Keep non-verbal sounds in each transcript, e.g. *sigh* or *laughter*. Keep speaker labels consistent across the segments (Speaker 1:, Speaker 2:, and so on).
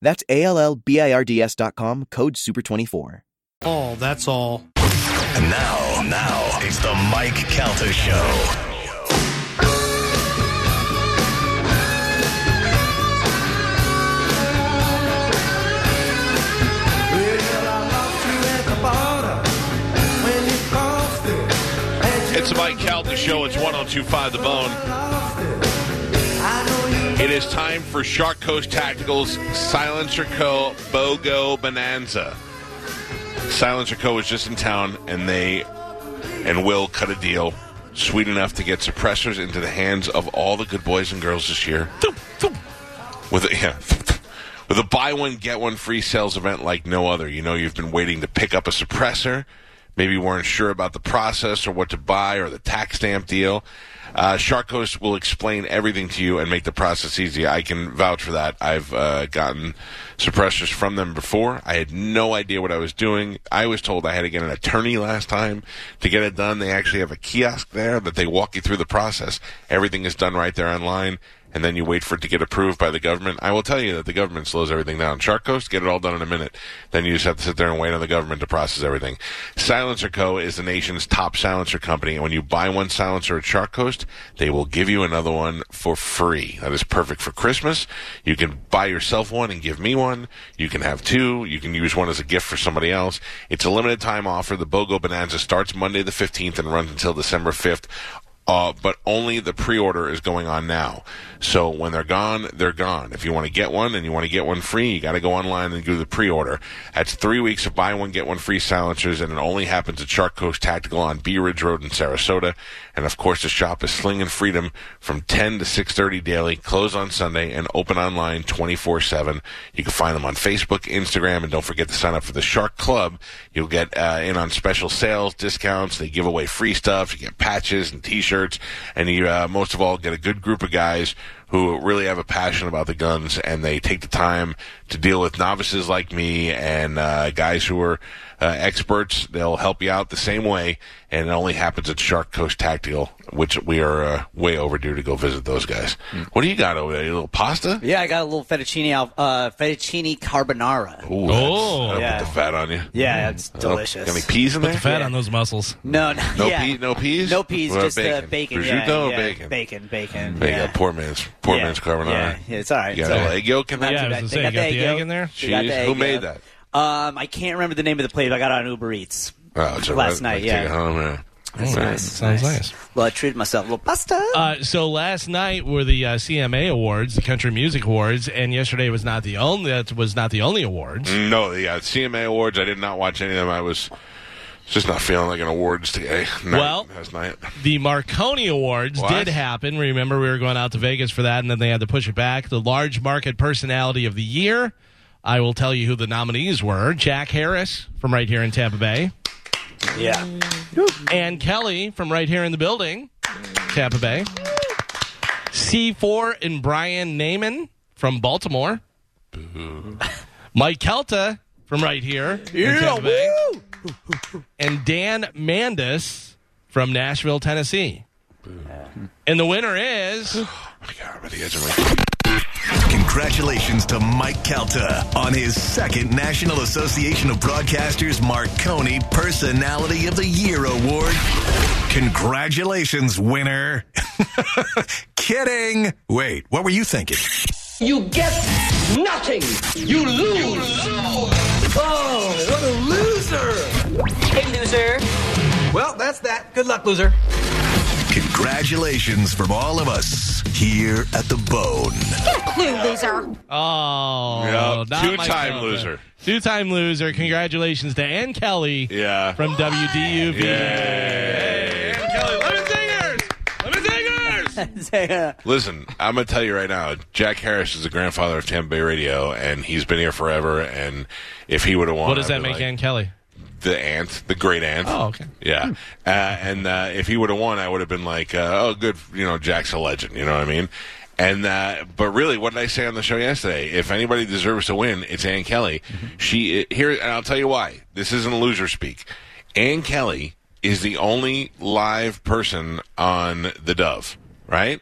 Speaker 1: That's A L L B I R D S dot com, code SUPER24.
Speaker 2: all. That's all.
Speaker 3: And now, now, it's the Mike Calter Show.
Speaker 4: It's the Mike Calton Show. It's 1025 The Bone. It is time for Shark Coast Tactical's Silencer Co. BOGO Bonanza. Silencer Co. was just in town, and they and Will cut a deal sweet enough to get suppressors into the hands of all the good boys and girls this year. With a, *laughs* yeah, with a buy one get one free sales event like no other. You know you've been waiting to pick up a suppressor. Maybe you weren't sure about the process or what to buy or the tax stamp deal. Uh, Shark Coast will explain everything to you and make the process easy. I can vouch for that. I've uh, gotten suppressors from them before. I had no idea what I was doing. I was told I had to get an attorney last time to get it done. They actually have a kiosk there that they walk you through the process. Everything is done right there online and then you wait for it to get approved by the government. I will tell you that the government slows everything down. Shark Coast, get it all done in a minute. Then you just have to sit there and wait on the government to process everything. Silencer Co. is the nation's top silencer company, and when you buy one silencer at Shark Coast, they will give you another one for free. That is perfect for Christmas. You can buy yourself one and give me one. You can have two. You can use one as a gift for somebody else. It's a limited time offer. The BOGO Bonanza starts Monday the 15th and runs until December 5th. Uh, but only the pre-order is going on now. So when they're gone, they're gone. If you want to get one and you want to get one free, you got to go online and do the pre-order. That's three weeks of buy one get one free silencers, and it only happens at Shark Coast Tactical on Bee Ridge Road in Sarasota. And of course, the shop is Sling and Freedom from 10 to 6:30 daily, close on Sunday, and open online 24/7. You can find them on Facebook, Instagram, and don't forget to sign up for the Shark Club. You'll get uh, in on special sales, discounts. They give away free stuff. You get patches and T-shirts, and you uh, most of all get a good group of guys who really have a passion about the guns, and they take the time to deal with novices like me and uh, guys who are uh, experts. They'll help you out the same way, and it only happens at Shark Coast Tactical, which we are uh, way overdue to go visit those guys.
Speaker 5: Hmm.
Speaker 4: What do you got over there? You little pasta?
Speaker 5: Yeah, I got a little fettuccine al- uh, fettuccine carbonara.
Speaker 4: Ooh, that's-
Speaker 6: Oh.
Speaker 4: that'll
Speaker 5: Yeah.
Speaker 4: put the fat on you.
Speaker 5: Yeah, it's
Speaker 4: That'll-
Speaker 5: delicious.
Speaker 4: Got any peas in there?
Speaker 6: Fat on those muscles.
Speaker 5: No, no,
Speaker 4: No
Speaker 5: yeah.
Speaker 4: pea- no peas?
Speaker 5: no peas,
Speaker 4: Or
Speaker 5: just
Speaker 4: bacon?
Speaker 5: Uh, bacon,
Speaker 4: Prosciutto
Speaker 5: yeah,
Speaker 4: or
Speaker 5: yeah,
Speaker 4: bacon?
Speaker 5: bacon, bacon.
Speaker 4: There you
Speaker 5: yeah.
Speaker 4: go. Poor man's poor
Speaker 5: Yeah,
Speaker 4: man's carbonara.
Speaker 5: Yeah, yeah, it's all right.
Speaker 4: You
Speaker 5: it's
Speaker 4: got
Speaker 5: all
Speaker 4: a
Speaker 5: right.
Speaker 4: egg yolk in there?
Speaker 6: Yeah, I was
Speaker 5: They
Speaker 6: gonna say,
Speaker 5: got
Speaker 6: you got
Speaker 5: the
Speaker 6: the
Speaker 5: egg
Speaker 6: egg
Speaker 5: yolk.
Speaker 6: in there?
Speaker 5: They got
Speaker 4: Jeez,
Speaker 5: the
Speaker 4: who
Speaker 5: egg
Speaker 4: made
Speaker 5: yolk. Um, I can't remember the name of the plate. but I got it on Uber Eats.
Speaker 4: Oh, it's all
Speaker 5: Last
Speaker 4: right.
Speaker 5: night,
Speaker 4: Take it
Speaker 5: yeah.
Speaker 4: home, yeah.
Speaker 5: That's nice.
Speaker 6: Sounds nice.
Speaker 5: Well, I treated myself a little pasta.
Speaker 6: Uh, so last night were the uh, CMA Awards, the Country Music Awards, and yesterday was not the only that was not the only awards.
Speaker 4: No, the uh, CMA awards. I did not watch any of them. I was just not feeling like an awards today. Night,
Speaker 6: Well-
Speaker 4: last night.
Speaker 6: The Marconi Awards
Speaker 4: What?
Speaker 6: did happen. Remember, we were going out to Vegas for that, and then they had to push it back. The Large Market Personality of the Year. I will tell you who the nominees were: Jack Harris from right here in Tampa Bay, Uh,
Speaker 5: Yeah.
Speaker 6: Ann Kelly from right here in the building, Tampa Bay, C4 and Brian Naiman from Baltimore, Mike Kelta from right here in Tampa Bay, and Dan Mandis from Nashville, Tennessee. And the winner
Speaker 4: *gasps*
Speaker 6: is
Speaker 4: Oh my god, I'm at the edge of my.
Speaker 3: Congratulations to Mike Calta on his second National Association of Broadcasters Marconi Personality of the Year Award. Congratulations, winner. *laughs* Kidding. Wait, what were you thinking?
Speaker 7: You get nothing. You lose. Oh, what a loser.
Speaker 8: Hey, loser.
Speaker 7: Well, that's that. Good luck, loser.
Speaker 3: Congratulations from all of us here at the Bone.
Speaker 8: Clue, loser.
Speaker 6: oh
Speaker 4: Yeah,
Speaker 6: not Mike
Speaker 4: two-time
Speaker 6: Kelta.
Speaker 4: loser.
Speaker 6: two-time loser. Congratulations to Ann Kelly
Speaker 4: Yeah.
Speaker 6: from WDUV.
Speaker 4: Yay.
Speaker 6: Ann Kelly, Lemon Zingers, Lemon Zingers.
Speaker 4: Listen, I'm gonna tell you right now, Jack Harris is the grandfather of Tampa Bay radio, and he's been here forever. And if he would have won,
Speaker 6: What does
Speaker 4: I'd
Speaker 6: that
Speaker 4: be
Speaker 6: make
Speaker 4: like,
Speaker 6: Ann Kelly?
Speaker 4: The aunt, the great aunt.
Speaker 6: Oh, okay.
Speaker 4: Yeah, uh, and uh, if he would have won, I would have been like, uh, "Oh, good, you know, Jack's a legend." You know what I mean? And uh, but really, what did I say on the show yesterday? If anybody deserves to win, it's Ann Kelly. She uh, here, and I'll tell you why. This isn't loser speak. Ann Kelly is the only live person on the Dove, right?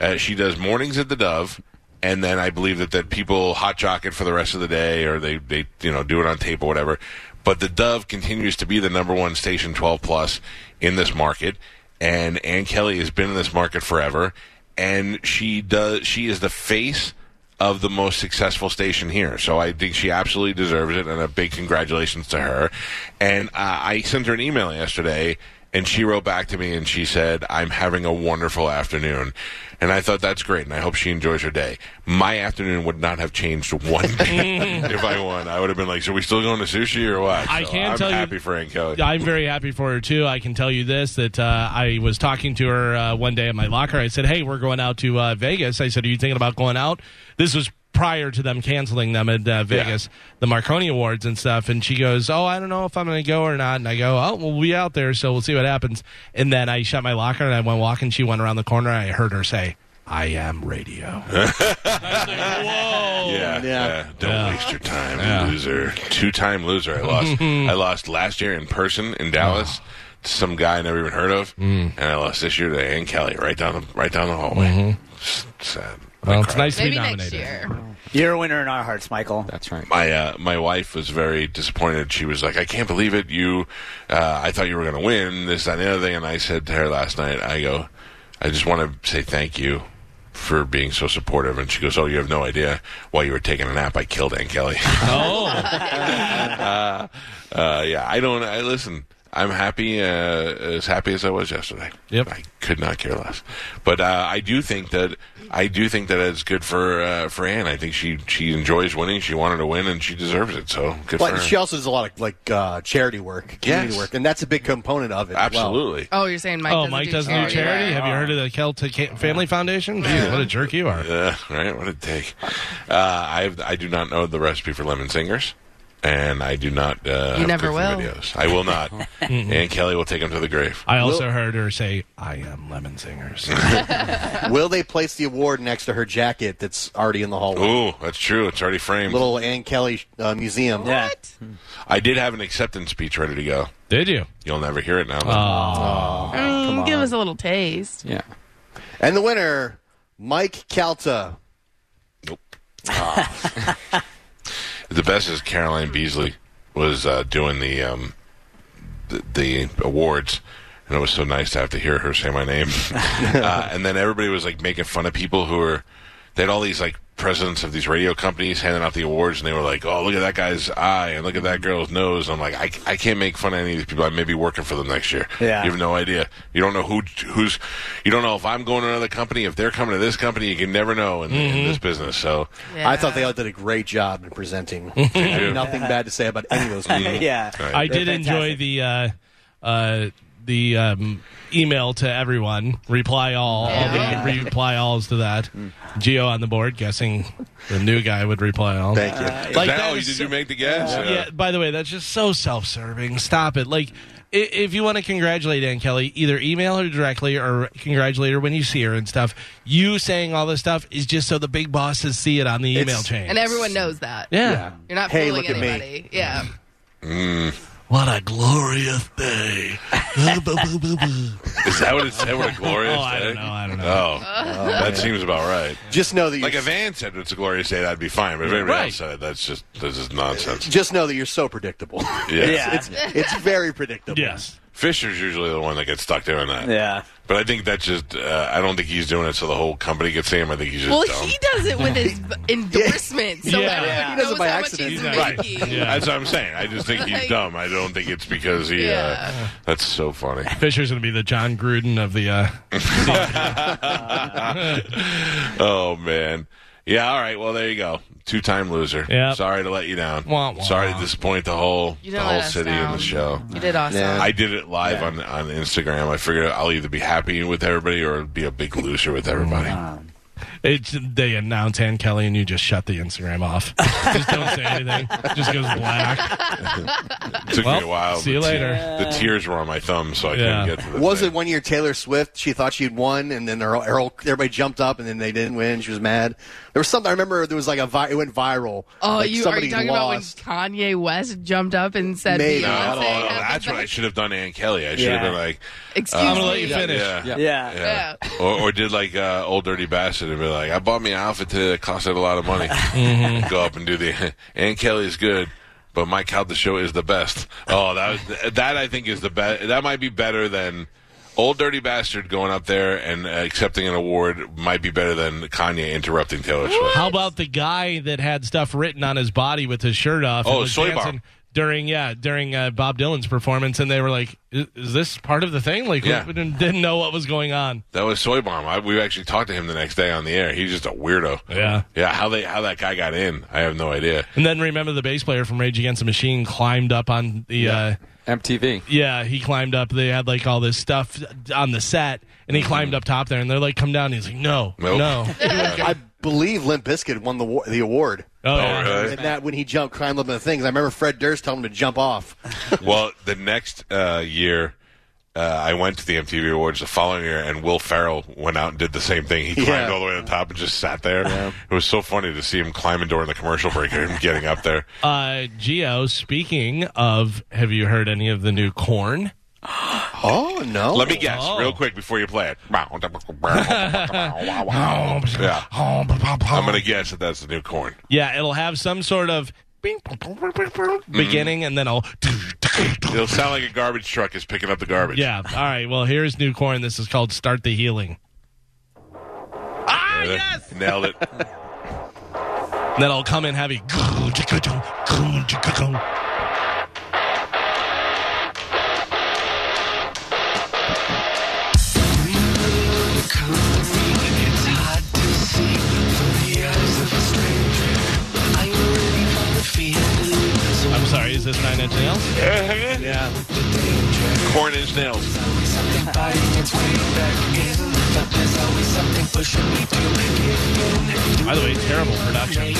Speaker 4: Uh, she does mornings at the Dove. And then I believe that, that people hot jock it for the rest of the day, or they, they you know do it on tape or whatever but the Dove continues to be the number one station 12 plus in this market, and Ann Kelly has been in this market forever, and she does she is the face of the most successful station here. So I think she absolutely deserves it, and a big congratulations to her. And uh, I sent her an email yesterday. And she wrote back to me and she said, I'm having a wonderful afternoon. And I thought that's great and I hope she enjoys her day. My afternoon would not have
Speaker 6: *laughs*
Speaker 4: changed one day if I won. I would have been like, so are we still going to sushi or what?
Speaker 6: I
Speaker 4: So
Speaker 6: can
Speaker 4: I'm
Speaker 6: tell you-
Speaker 4: happy for Ann Kelly.
Speaker 6: I'm very happy for her too. I can tell you this that uh, I was talking to her uh, one day at my locker. I said, "Hey, we're going out to uh, Vegas." I said, "Are you thinking about going out?" This was prior to them canceling them at uh, Vegas, the Marconi Awards and stuff. And she goes, "Oh, I don't know if I'm going to go or not." And I go, "Oh, we'll be out there, so we'll see what happens." And then I shut my locker and I went walking. She went around the corner. I heard her say. I am radio.
Speaker 4: yeah, yeah. Don't waste your time, loser. Two time loser. I lost. I lost last year in person in Dallas. to Some guy I never even heard of, and I lost this year to Ann Kelly right down the right down the hallway. S- Sad.
Speaker 6: Well, it's nice to
Speaker 9: Maybe
Speaker 6: be
Speaker 9: next
Speaker 6: nominated.
Speaker 9: year.
Speaker 5: *laughs* You're a winner in our hearts, Michael.
Speaker 10: That's right.
Speaker 4: my uh, my wife was very disappointed. She was like, "I can't believe it! You, uh, I thought you were going to win this that, and the other thing." And I said to her last night, "I go, I just want to say thank you for being so supportive." And she goes, "Oh, you have no idea. While you were taking a nap, I killed Aunt Kelly." uh, yeah, I don't. I listen. I'm happy, uh, as happy as I was yesterday.
Speaker 6: Yep.
Speaker 4: I could not care less. But uh, I do think that I do think that it's good for uh, for Anne. I think she she enjoys winning. She wanted to win, and she deserves it. So good
Speaker 11: But
Speaker 4: for her.
Speaker 11: she also does a lot of like uh, charity work, community
Speaker 4: Yes.
Speaker 11: work, and that's a big component of it. as well.
Speaker 4: Absolutely.
Speaker 9: Oh, you're saying Mike
Speaker 6: Oh,
Speaker 9: doesn't
Speaker 6: Mike
Speaker 9: do
Speaker 6: doesn't
Speaker 9: charity.
Speaker 6: do charity.
Speaker 9: work.
Speaker 6: Have you heard of the Celtic Ca- Family Foundation? Jeez, what a jerk you are.
Speaker 4: Yeah, Uh, right. What a take. Uh, I have, I do not know the recipe for lemon singers, and I do not. Uh,
Speaker 9: You
Speaker 4: have
Speaker 9: never
Speaker 4: cooking
Speaker 9: will.
Speaker 4: Videos. I will not. and Kelly will take them to the grave.
Speaker 6: I also heard her say, "I am lemon singers."
Speaker 11: Will they place the award next to her jacket that's already in the hallway?
Speaker 4: Ooh, that's true. It's already framed.
Speaker 11: Little Ann Kelly uh, museum.
Speaker 5: Yeah.
Speaker 4: I did have an acceptance speech ready to go.
Speaker 6: *laughs* Did you?
Speaker 4: You'll never hear it now.
Speaker 9: Mm, give us a little taste.
Speaker 10: Yeah.
Speaker 11: And the winner, Mike Calta.
Speaker 4: Nope. Ah. *laughs* the best is Caroline Beasley was uh, doing the, um, the the awards, and it was so nice to have to hear her say my name. uh, and then everybody was like making fun of people who were they had all these like presidents of these radio companies handing out the awards, and they were like, "Oh, look at that guy's eye, and look at that girl's nose." And I'm like, I, I can't make fun of any of these people. I may be working for them next year.
Speaker 5: Yeah.
Speaker 4: You have no idea. You don't know who who's. You don't know if I'm going to another company, if they're coming to this company. You can never know in, in
Speaker 6: Mm-hmm.
Speaker 4: this business. So
Speaker 11: I thought they all did a great job
Speaker 4: *laughs*
Speaker 11: in presenting. I have nothing bad to say about any of those people.
Speaker 5: yeah.
Speaker 6: I did enjoy the uh, uh, the um, email to everyone. Reply all.
Speaker 9: Yeah.
Speaker 6: All the reply alls to that. Geo on the board, guessing the new guy would reply all.
Speaker 11: Thank you.
Speaker 6: Like
Speaker 4: Is that-
Speaker 6: that
Speaker 4: oh,
Speaker 6: is
Speaker 4: did
Speaker 6: so-
Speaker 4: you make the guess?
Speaker 6: yeah. By the way, that's just so self-serving. Stop it. Like, i- if you want to congratulate Ann Kelly, either email her directly or congratulate her when you see her and stuff. You saying all this stuff is just so the big bosses see it on the email chain.
Speaker 9: And everyone knows that.
Speaker 6: yeah.
Speaker 9: You're not
Speaker 11: Hey,
Speaker 9: fooling
Speaker 11: look at me.
Speaker 9: anybody. Yeah.
Speaker 6: What a glorious *laughs* day.
Speaker 4: Uh, Is that what it said? What a glorious
Speaker 6: *laughs* Oh, I
Speaker 4: day.
Speaker 6: don't know, I don't know.
Speaker 4: Oh, that seems about right.
Speaker 11: Just know that you're
Speaker 4: Like if Van said it's a glorious day, that'd be fine. But if anybody
Speaker 6: Right.
Speaker 4: else said it, that's just that's just nonsense.
Speaker 11: just know that you're so predictable.
Speaker 4: *laughs* Yeah.
Speaker 5: Yeah.
Speaker 11: it's it's very predictable.
Speaker 6: yes.
Speaker 4: Fisher's usually the one that gets stuck doing that.
Speaker 5: Yeah.
Speaker 4: But I think that's just uh, I don't think he's doing it so the whole company can see him. I think he's just
Speaker 9: Well,
Speaker 4: dumb.
Speaker 9: he does it with his endorsement, so
Speaker 6: Yeah. Yeah.
Speaker 9: that everyone
Speaker 11: He
Speaker 9: knows
Speaker 11: does it by
Speaker 9: how
Speaker 11: accident.
Speaker 9: much he's
Speaker 6: Right.
Speaker 9: making.
Speaker 4: That's what I'm saying. I just think he's
Speaker 9: Like-
Speaker 4: dumb. I don't think it's because he. Uh,
Speaker 9: Yeah.
Speaker 4: that's so funny.
Speaker 6: Fisher's going to be the John Gruden of the. Uh,
Speaker 4: oh man, Yeah, all right. Well, there you go. Two time loser.
Speaker 6: Yep.
Speaker 4: Sorry to let you down.
Speaker 6: Wah, wah.
Speaker 4: Sorry to disappoint the whole
Speaker 9: You
Speaker 4: the
Speaker 9: didn't
Speaker 4: whole
Speaker 9: let us
Speaker 4: city and
Speaker 9: down.
Speaker 4: the show.
Speaker 9: You did awesome.
Speaker 11: Yeah.
Speaker 4: I did it live on on Instagram. I figured I'll either be happy with everybody or be a big loser with everybody.
Speaker 6: Mm. It's, they announce Ann Kelly, and you just shut the Instagram off. just don't say anything. It just goes black.
Speaker 4: It took me
Speaker 6: Well,
Speaker 4: a while.
Speaker 6: see you
Speaker 4: The te-
Speaker 6: later.
Speaker 4: the tears were on my thumb, so I
Speaker 6: Yeah.
Speaker 4: couldn't get to the
Speaker 11: Was
Speaker 4: thing.
Speaker 11: it one year Taylor Swift? She thought she'd won, and then Earl, Earl, everybody jumped up, and then they didn't win. She was mad. There was something I remember. There was like a vi- it went viral.
Speaker 9: Oh,
Speaker 11: like
Speaker 9: you are
Speaker 11: somebody
Speaker 9: you talking
Speaker 11: lost.
Speaker 9: about when Kanye West jumped up and said
Speaker 11: Maybe.
Speaker 9: Beyonce?
Speaker 4: No,
Speaker 11: No,
Speaker 4: no, no,
Speaker 9: had the
Speaker 4: that's what I
Speaker 9: best-
Speaker 4: should have done, Ann Kelly. I should have
Speaker 5: Yeah.
Speaker 4: been like,
Speaker 9: Excuse
Speaker 6: I'm
Speaker 9: me.
Speaker 6: gonna let you finish.
Speaker 4: yeah.
Speaker 5: Yeah.
Speaker 4: Yeah.
Speaker 9: Yeah.
Speaker 4: or, or did like uh, old dirty bastard and be like, I bought me an outfit that costed a lot of money. Mm-hmm. Go up and do the *laughs* Ann Kelly's good, but Mike Calta show is the best. Oh, that was, that I think is the best. That might be better than old dirty bastard going up there and uh, accepting an award. Might be better than Kanye interrupting Taylor Swift.
Speaker 6: How about the guy that had stuff written on his body with his shirt off? and
Speaker 4: Oh,
Speaker 6: was
Speaker 4: Soy Bob.
Speaker 6: dancing During yeah, during uh, Bob Dylan's performance, and they were like, "Is, is this part of the thing?" Like,
Speaker 4: Yeah.
Speaker 6: we didn't, didn't know what was going on.
Speaker 4: That was Soy Bomb. I, we actually talked to him the next day on the air. He's just a weirdo.
Speaker 6: Yeah.
Speaker 4: yeah. How they how that guy got in, I have no idea.
Speaker 6: And then remember the bass player from Rage Against the Machine climbed up on the uh,
Speaker 10: MTV.
Speaker 6: yeah he climbed up. They had like all this stuff on the set, and he climbed up top there, and they're like, "Come down." He's like, "No,
Speaker 4: Mm-hmm. Nope. *laughs*
Speaker 6: no."
Speaker 11: I believe Limp Bizkit won the wa- the award.
Speaker 6: Oh, yeah.
Speaker 4: really?
Speaker 11: And that when he jumped, climbed up on the things. I remember Fred Durst telling him to jump off.
Speaker 4: Well, the next uh, year, uh, I went to the MTV Awards the following year, and Will Farrell went out and did the same thing. He climbed
Speaker 11: Yeah.
Speaker 4: all the way to the top and just sat there. It was so funny to see him climbing during the commercial break and him getting up there.
Speaker 6: Uh, Geo, speaking of, have you heard any of the new corn?
Speaker 11: Oh no!
Speaker 4: Let me guess,
Speaker 6: Oh.
Speaker 4: real quick, before
Speaker 6: *laughs*
Speaker 4: you play it. yeah. I'm going to guess that that's the new corn.
Speaker 6: Yeah, it'll have some sort of beginning and then I'll.
Speaker 4: It'll sound like a garbage truck is picking up the garbage.
Speaker 6: Yeah, all right. Well, here's new corn. This is called Start the Healing.
Speaker 4: Uh,
Speaker 6: Ah,
Speaker 4: Nailed it.
Speaker 6: Then I'll come in heavy. I'm sorry, is this Nine Inch Nails?
Speaker 11: Yeah.
Speaker 4: corn is nails.
Speaker 6: By the way, terrible production.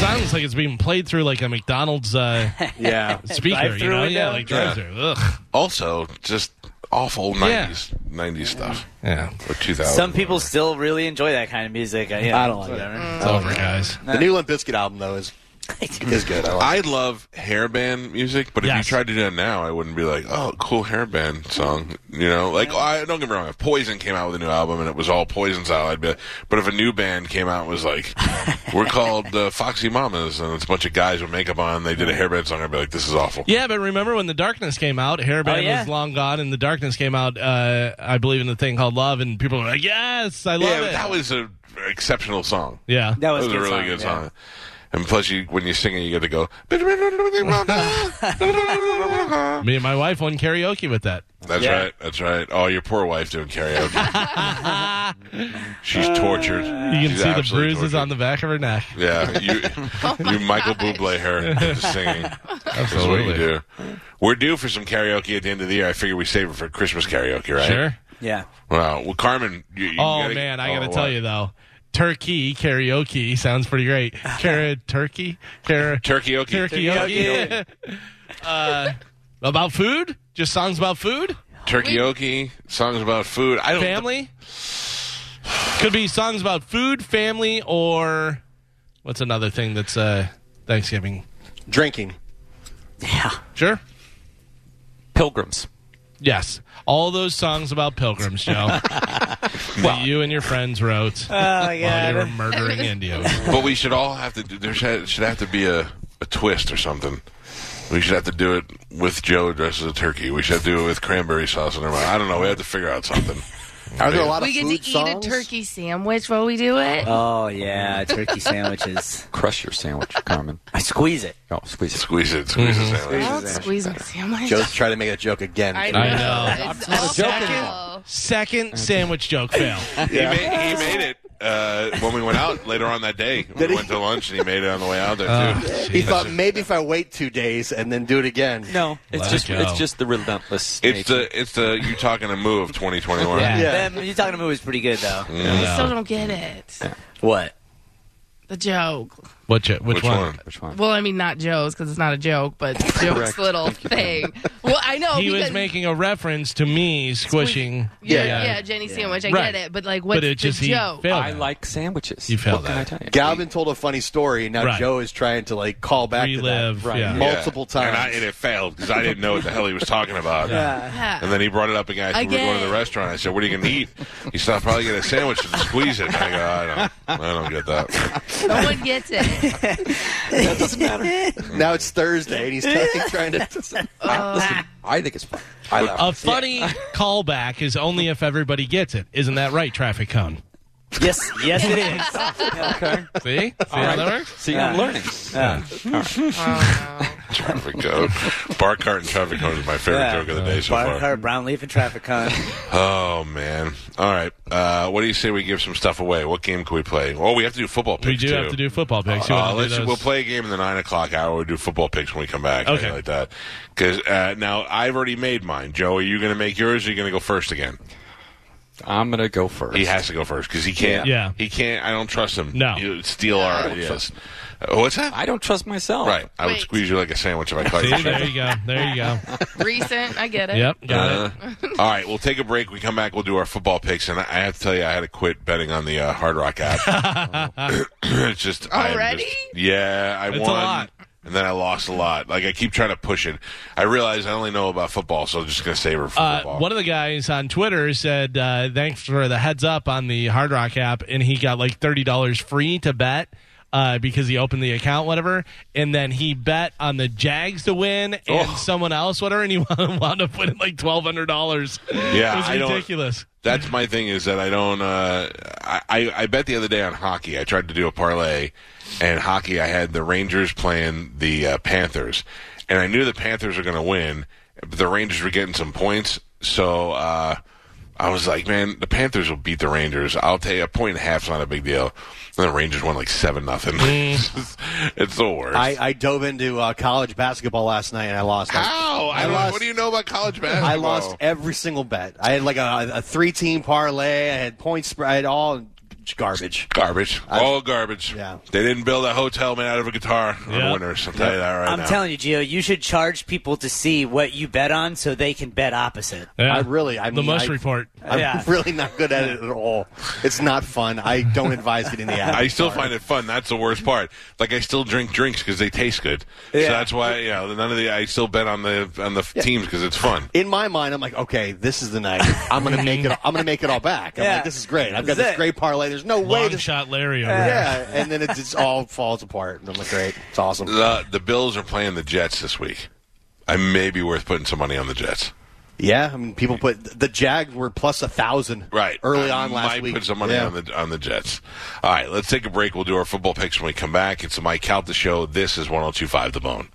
Speaker 6: Sounds like it's being played through like a McDonald's uh,
Speaker 11: Yeah.
Speaker 6: speaker, you
Speaker 5: Drive-through
Speaker 6: know? Yeah,
Speaker 5: window.
Speaker 6: like drive through. Ugh.
Speaker 4: Also, just awful
Speaker 6: Yeah.
Speaker 4: 90s, 90s stuff.
Speaker 6: Yeah,
Speaker 4: Or 2000.
Speaker 5: Some people still really enjoy that kind of music. Uh, Yeah, I don't like whatever.
Speaker 6: it's over, guys.
Speaker 11: The new Limp Bizkit album though *laughs* is is good. I like
Speaker 4: I love hairband music, but if
Speaker 6: Yes.
Speaker 4: you tried to do that now, I wouldn't be like, "Oh, cool hairband song." You know, like I don't get me wrong. If Poison came out with a new album and it was all Poison style, I'd be. Like, but if a new band came out and was like, "We're called the Foxy Mamas," and it's a bunch of guys with makeup on, and they did a hairband song, I'd be like, "This is awful."
Speaker 6: Yeah, but remember when the darkness came out? Hairband
Speaker 5: Oh, yeah.
Speaker 6: was long gone, and the darkness came out. Uh, I believe in the thing called love, and people were like, "Yes, I love
Speaker 4: Yeah,
Speaker 6: it."
Speaker 4: but that was an exceptional song.
Speaker 6: yeah,
Speaker 5: That
Speaker 4: That
Speaker 5: was,
Speaker 4: was a
Speaker 5: good
Speaker 4: really
Speaker 5: song,
Speaker 4: good
Speaker 5: yeah.
Speaker 4: song. And plus, you when you sing it, you get to go.
Speaker 6: me and my wife won karaoke with that.
Speaker 4: That's
Speaker 5: Yeah.
Speaker 4: right. That's right. Oh, your poor wife
Speaker 6: *laughs*
Speaker 4: doing karaoke. She's tortured.
Speaker 6: You can
Speaker 4: She's
Speaker 6: see the
Speaker 4: absolutely
Speaker 6: bruises
Speaker 4: tortured.
Speaker 6: on the Oh back of her neck.
Speaker 4: Yeah,
Speaker 6: *laughs*
Speaker 4: you, you Michael Bublé her into singing. That's what you
Speaker 6: Absolutely.
Speaker 4: do. We're due for some karaoke at the end of the year. I figure we save it for Christmas karaoke, right?
Speaker 6: Sure.
Speaker 5: Yeah.
Speaker 4: Wow. Well, Carmen. You, you
Speaker 6: Oh
Speaker 4: gotta-
Speaker 6: man, I gotta
Speaker 4: oh,
Speaker 6: tell
Speaker 4: what?
Speaker 6: you though, turkey karaoke sounds pretty
Speaker 4: *laughs*
Speaker 6: great. Cara turkey, cara
Speaker 4: Turkey-okie.
Speaker 6: turkey. uh, about food? Just songs about food?
Speaker 4: Turkeyokey songs about food. I don't.
Speaker 6: Family? Could be songs about food, family, or what's another thing that's uh, Thanksgiving?
Speaker 11: drinking.
Speaker 6: Sure.
Speaker 10: Pilgrims.
Speaker 6: Yes, all those songs about pilgrims, Joe. that you and your friends wrote
Speaker 5: Oh my
Speaker 6: while you were
Speaker 5: god.
Speaker 6: murdering Indians.
Speaker 4: But we should all have to. do There should should have to be a a twist or something. We should have to do it with Joe dressed as a turkey. We should do it with cranberry sauce in her mouth. I don't know. We have to figure out something.
Speaker 11: Are there a lot
Speaker 9: we
Speaker 11: of
Speaker 9: get
Speaker 11: food
Speaker 9: to eat a
Speaker 11: songs?
Speaker 9: turkey sandwich while we do it.
Speaker 5: Oh yeah, turkey sandwiches.
Speaker 10: Crush your sandwich, Carmen.
Speaker 5: I squeeze it.
Speaker 10: Oh, squeeze it.
Speaker 4: Squeeze it, squeeze
Speaker 6: Mm-hmm.
Speaker 4: it. Sally.
Speaker 9: I don't squeeze my sandwich.
Speaker 11: Joe's trying to make a joke again.
Speaker 9: I
Speaker 6: I
Speaker 9: know.
Speaker 6: know.
Speaker 9: It's awful.
Speaker 6: Second, second sandwich joke fail.
Speaker 4: He, made, he made it uh, when we went out later on that day. we went to lunch and he made it on the way out there
Speaker 6: Uh,
Speaker 4: too.
Speaker 11: He *laughs* thought maybe if I wait two days and then do it again.
Speaker 10: No, it's
Speaker 6: Let
Speaker 10: just
Speaker 6: it go.
Speaker 10: it's just the relentless.
Speaker 4: It's
Speaker 10: nature.
Speaker 4: the it's the you talking to move of 2021.
Speaker 6: Yeah.
Speaker 5: Them, you talking to me was pretty good though.
Speaker 9: I still don't get it.
Speaker 5: What?
Speaker 9: The joke.
Speaker 6: What jo- which,
Speaker 4: Which
Speaker 6: one?
Speaker 4: one?
Speaker 10: which one?
Speaker 9: Well, I mean, not Joe's because it's not a joke, *laughs* but Joe's little thing. Well, I know
Speaker 6: He was
Speaker 9: because-
Speaker 6: making a reference to me squishing.
Speaker 9: Yeah, yeah, Jenny sandwich. I
Speaker 6: Right.
Speaker 9: get it, but like, what's
Speaker 6: but it
Speaker 9: the
Speaker 6: just he
Speaker 9: joke?
Speaker 6: failed.
Speaker 10: I like sandwiches.
Speaker 6: You failed
Speaker 10: what can
Speaker 6: Oh, that.
Speaker 10: I tell you?
Speaker 11: Galvin told a funny story. Now
Speaker 6: Right.
Speaker 11: Joe is trying to like call back to
Speaker 6: relive.
Speaker 11: that.
Speaker 10: Right.
Speaker 6: Yeah.
Speaker 11: Yeah. Multiple times.
Speaker 4: and, I, and it failed because I didn't know what the hell he was talking about.
Speaker 9: Yeah.
Speaker 4: And then he brought it up again. I said, we were going to the
Speaker 9: Again.
Speaker 4: restaurant. I said, "What are you going to eat?" He said, "I'll probably get a sandwich and squeeze it." And I go, "I don't, I don't get that." *laughs*
Speaker 9: no one gets *laughs* it.
Speaker 10: That doesn't matter.
Speaker 11: now it's Thursday,
Speaker 4: *laughs*
Speaker 11: and he's trying to.
Speaker 10: I, listen, I think it's fun. I love
Speaker 6: A funny callback is only if everybody gets it. Isn't that right, Traffic Cone?
Speaker 5: Yes, yes it is.
Speaker 6: See? See how that works?
Speaker 10: it. See, I'm learning.
Speaker 4: traffic cone, bar cart, and traffic cone is my favorite
Speaker 5: Yeah.
Speaker 4: joke of the day so
Speaker 5: Bar
Speaker 4: far.
Speaker 5: cart, brown leaf, and traffic cone.
Speaker 4: Oh man! All right. Uh, what do you say we give some stuff away? What game can we play? Oh, we have to do football picks.
Speaker 6: We do
Speaker 4: too.
Speaker 6: have to do football picks. You wanna
Speaker 4: Uh,
Speaker 6: do
Speaker 4: let's,
Speaker 6: those?
Speaker 4: we'll play a game in the nine o'clock hour. We do football picks when we come back.
Speaker 6: Okay.
Speaker 4: anything like that. Because uh, now I've already made mine. Joe, are you going to make yours? or Are you going to go first again?
Speaker 10: I'm gonna go first.
Speaker 4: He has to go first because he can't.
Speaker 6: Yeah.
Speaker 4: He can't. I don't trust him.
Speaker 6: No.
Speaker 4: You steal our ideas. Uh, what's that?
Speaker 10: I don't trust myself.
Speaker 4: right. I would
Speaker 9: Wait.
Speaker 4: squeeze you like a
Speaker 6: *laughs*
Speaker 4: sandwich if I caught
Speaker 6: See,
Speaker 4: you.
Speaker 6: there you go. There you
Speaker 4: *laughs*
Speaker 6: go.
Speaker 9: Recent, I get it.
Speaker 6: Yep, got
Speaker 4: Uh,
Speaker 6: it.
Speaker 4: All right, we'll take a break. We come back. We'll do our football picks, and I I have to tell you, I had to quit betting on the uh, Hard Rock app.
Speaker 6: *laughs*
Speaker 4: *coughs* it's just I am
Speaker 9: Already?
Speaker 4: just- yeah, I
Speaker 6: It's a
Speaker 4: won,
Speaker 6: lot.
Speaker 4: and then I lost a lot. Like I keep trying to push it. I realize I only know about football, so I'm just gonna save her for
Speaker 6: Uh,
Speaker 4: football.
Speaker 6: one of the guys on Twitter said, uh, "Thanks for the heads up on the Hard Rock app," and he got like thirty dollars free to bet uh, because he opened the account, whatever. And then he bet on the Jags to win and
Speaker 4: Oh.
Speaker 6: someone else, whatever, and he *laughs* wound up winning like twelve hundred dollars.
Speaker 4: Yeah,
Speaker 6: it was
Speaker 4: I don't-
Speaker 6: ridiculous.
Speaker 4: That's my thing is that I don't. Uh, I, I I bet the other day on hockey. I tried to do a parlay, and hockey I had the Rangers playing the uh, Panthers, and I knew the Panthers were going to win, but the Rangers were getting some points, so uh, I was like, man, the Panthers will beat the Rangers. I'll tell you, a point and a half's not a big deal. And the Rangers won like seven nothing. *laughs* it's the worst.
Speaker 11: Mm. I, I dove into uh, college basketball last night, and I lost.
Speaker 4: How? I,
Speaker 11: I
Speaker 4: don't-
Speaker 11: lost-
Speaker 4: What do you know about college basketball?
Speaker 11: I lost every single bet. I had like a, a three-team parlay. I had points spread. I had all garbage.
Speaker 4: Garbage. All garbage.
Speaker 11: Yeah.
Speaker 4: They didn't build a hotel man out of a guitar on
Speaker 6: Yeah.
Speaker 4: winners. I'll tell you that right
Speaker 5: I'm
Speaker 4: now.
Speaker 5: telling you, Gio, you should charge people to see what you bet on so they can bet opposite.
Speaker 6: Yeah.
Speaker 11: I really, I mean,
Speaker 6: the Mush
Speaker 11: I-
Speaker 6: report.
Speaker 11: I'm
Speaker 5: Yeah.
Speaker 11: *laughs* really not good at it at all. It's not fun. I don't advise getting
Speaker 4: *laughs*
Speaker 11: the app.
Speaker 4: I still find it fun. That's the worst part. Like I still drink drinks because they taste good. So
Speaker 5: Yeah.
Speaker 4: that's why you know none of the. I still bet on the on the teams because it's fun.
Speaker 11: in my mind, I'm like, okay, this is the night. I'm gonna make it. I'm gonna make it all back. I'm
Speaker 5: Yeah.
Speaker 11: like, this is great. I've got
Speaker 5: This is
Speaker 11: this
Speaker 5: it.
Speaker 11: great parlay. There's no way.
Speaker 6: Long
Speaker 11: This,
Speaker 6: shot, Larry. Over there.
Speaker 11: yeah, and then it just all falls apart. And I'm like, great, it's awesome.
Speaker 4: The the Bills are playing the Jets this week. I may be worth putting some money on the Jets.
Speaker 11: Yeah, I mean, people put the Jags were plus a thousand
Speaker 4: Right
Speaker 11: early
Speaker 4: I
Speaker 11: on last
Speaker 4: might
Speaker 11: week.
Speaker 4: Put some money
Speaker 11: Yeah.
Speaker 4: on the on the Jets. All right, let's take a break. We'll do our football picks when we come back. It's oh the Mike Calta show. This is 102.5 The Bone.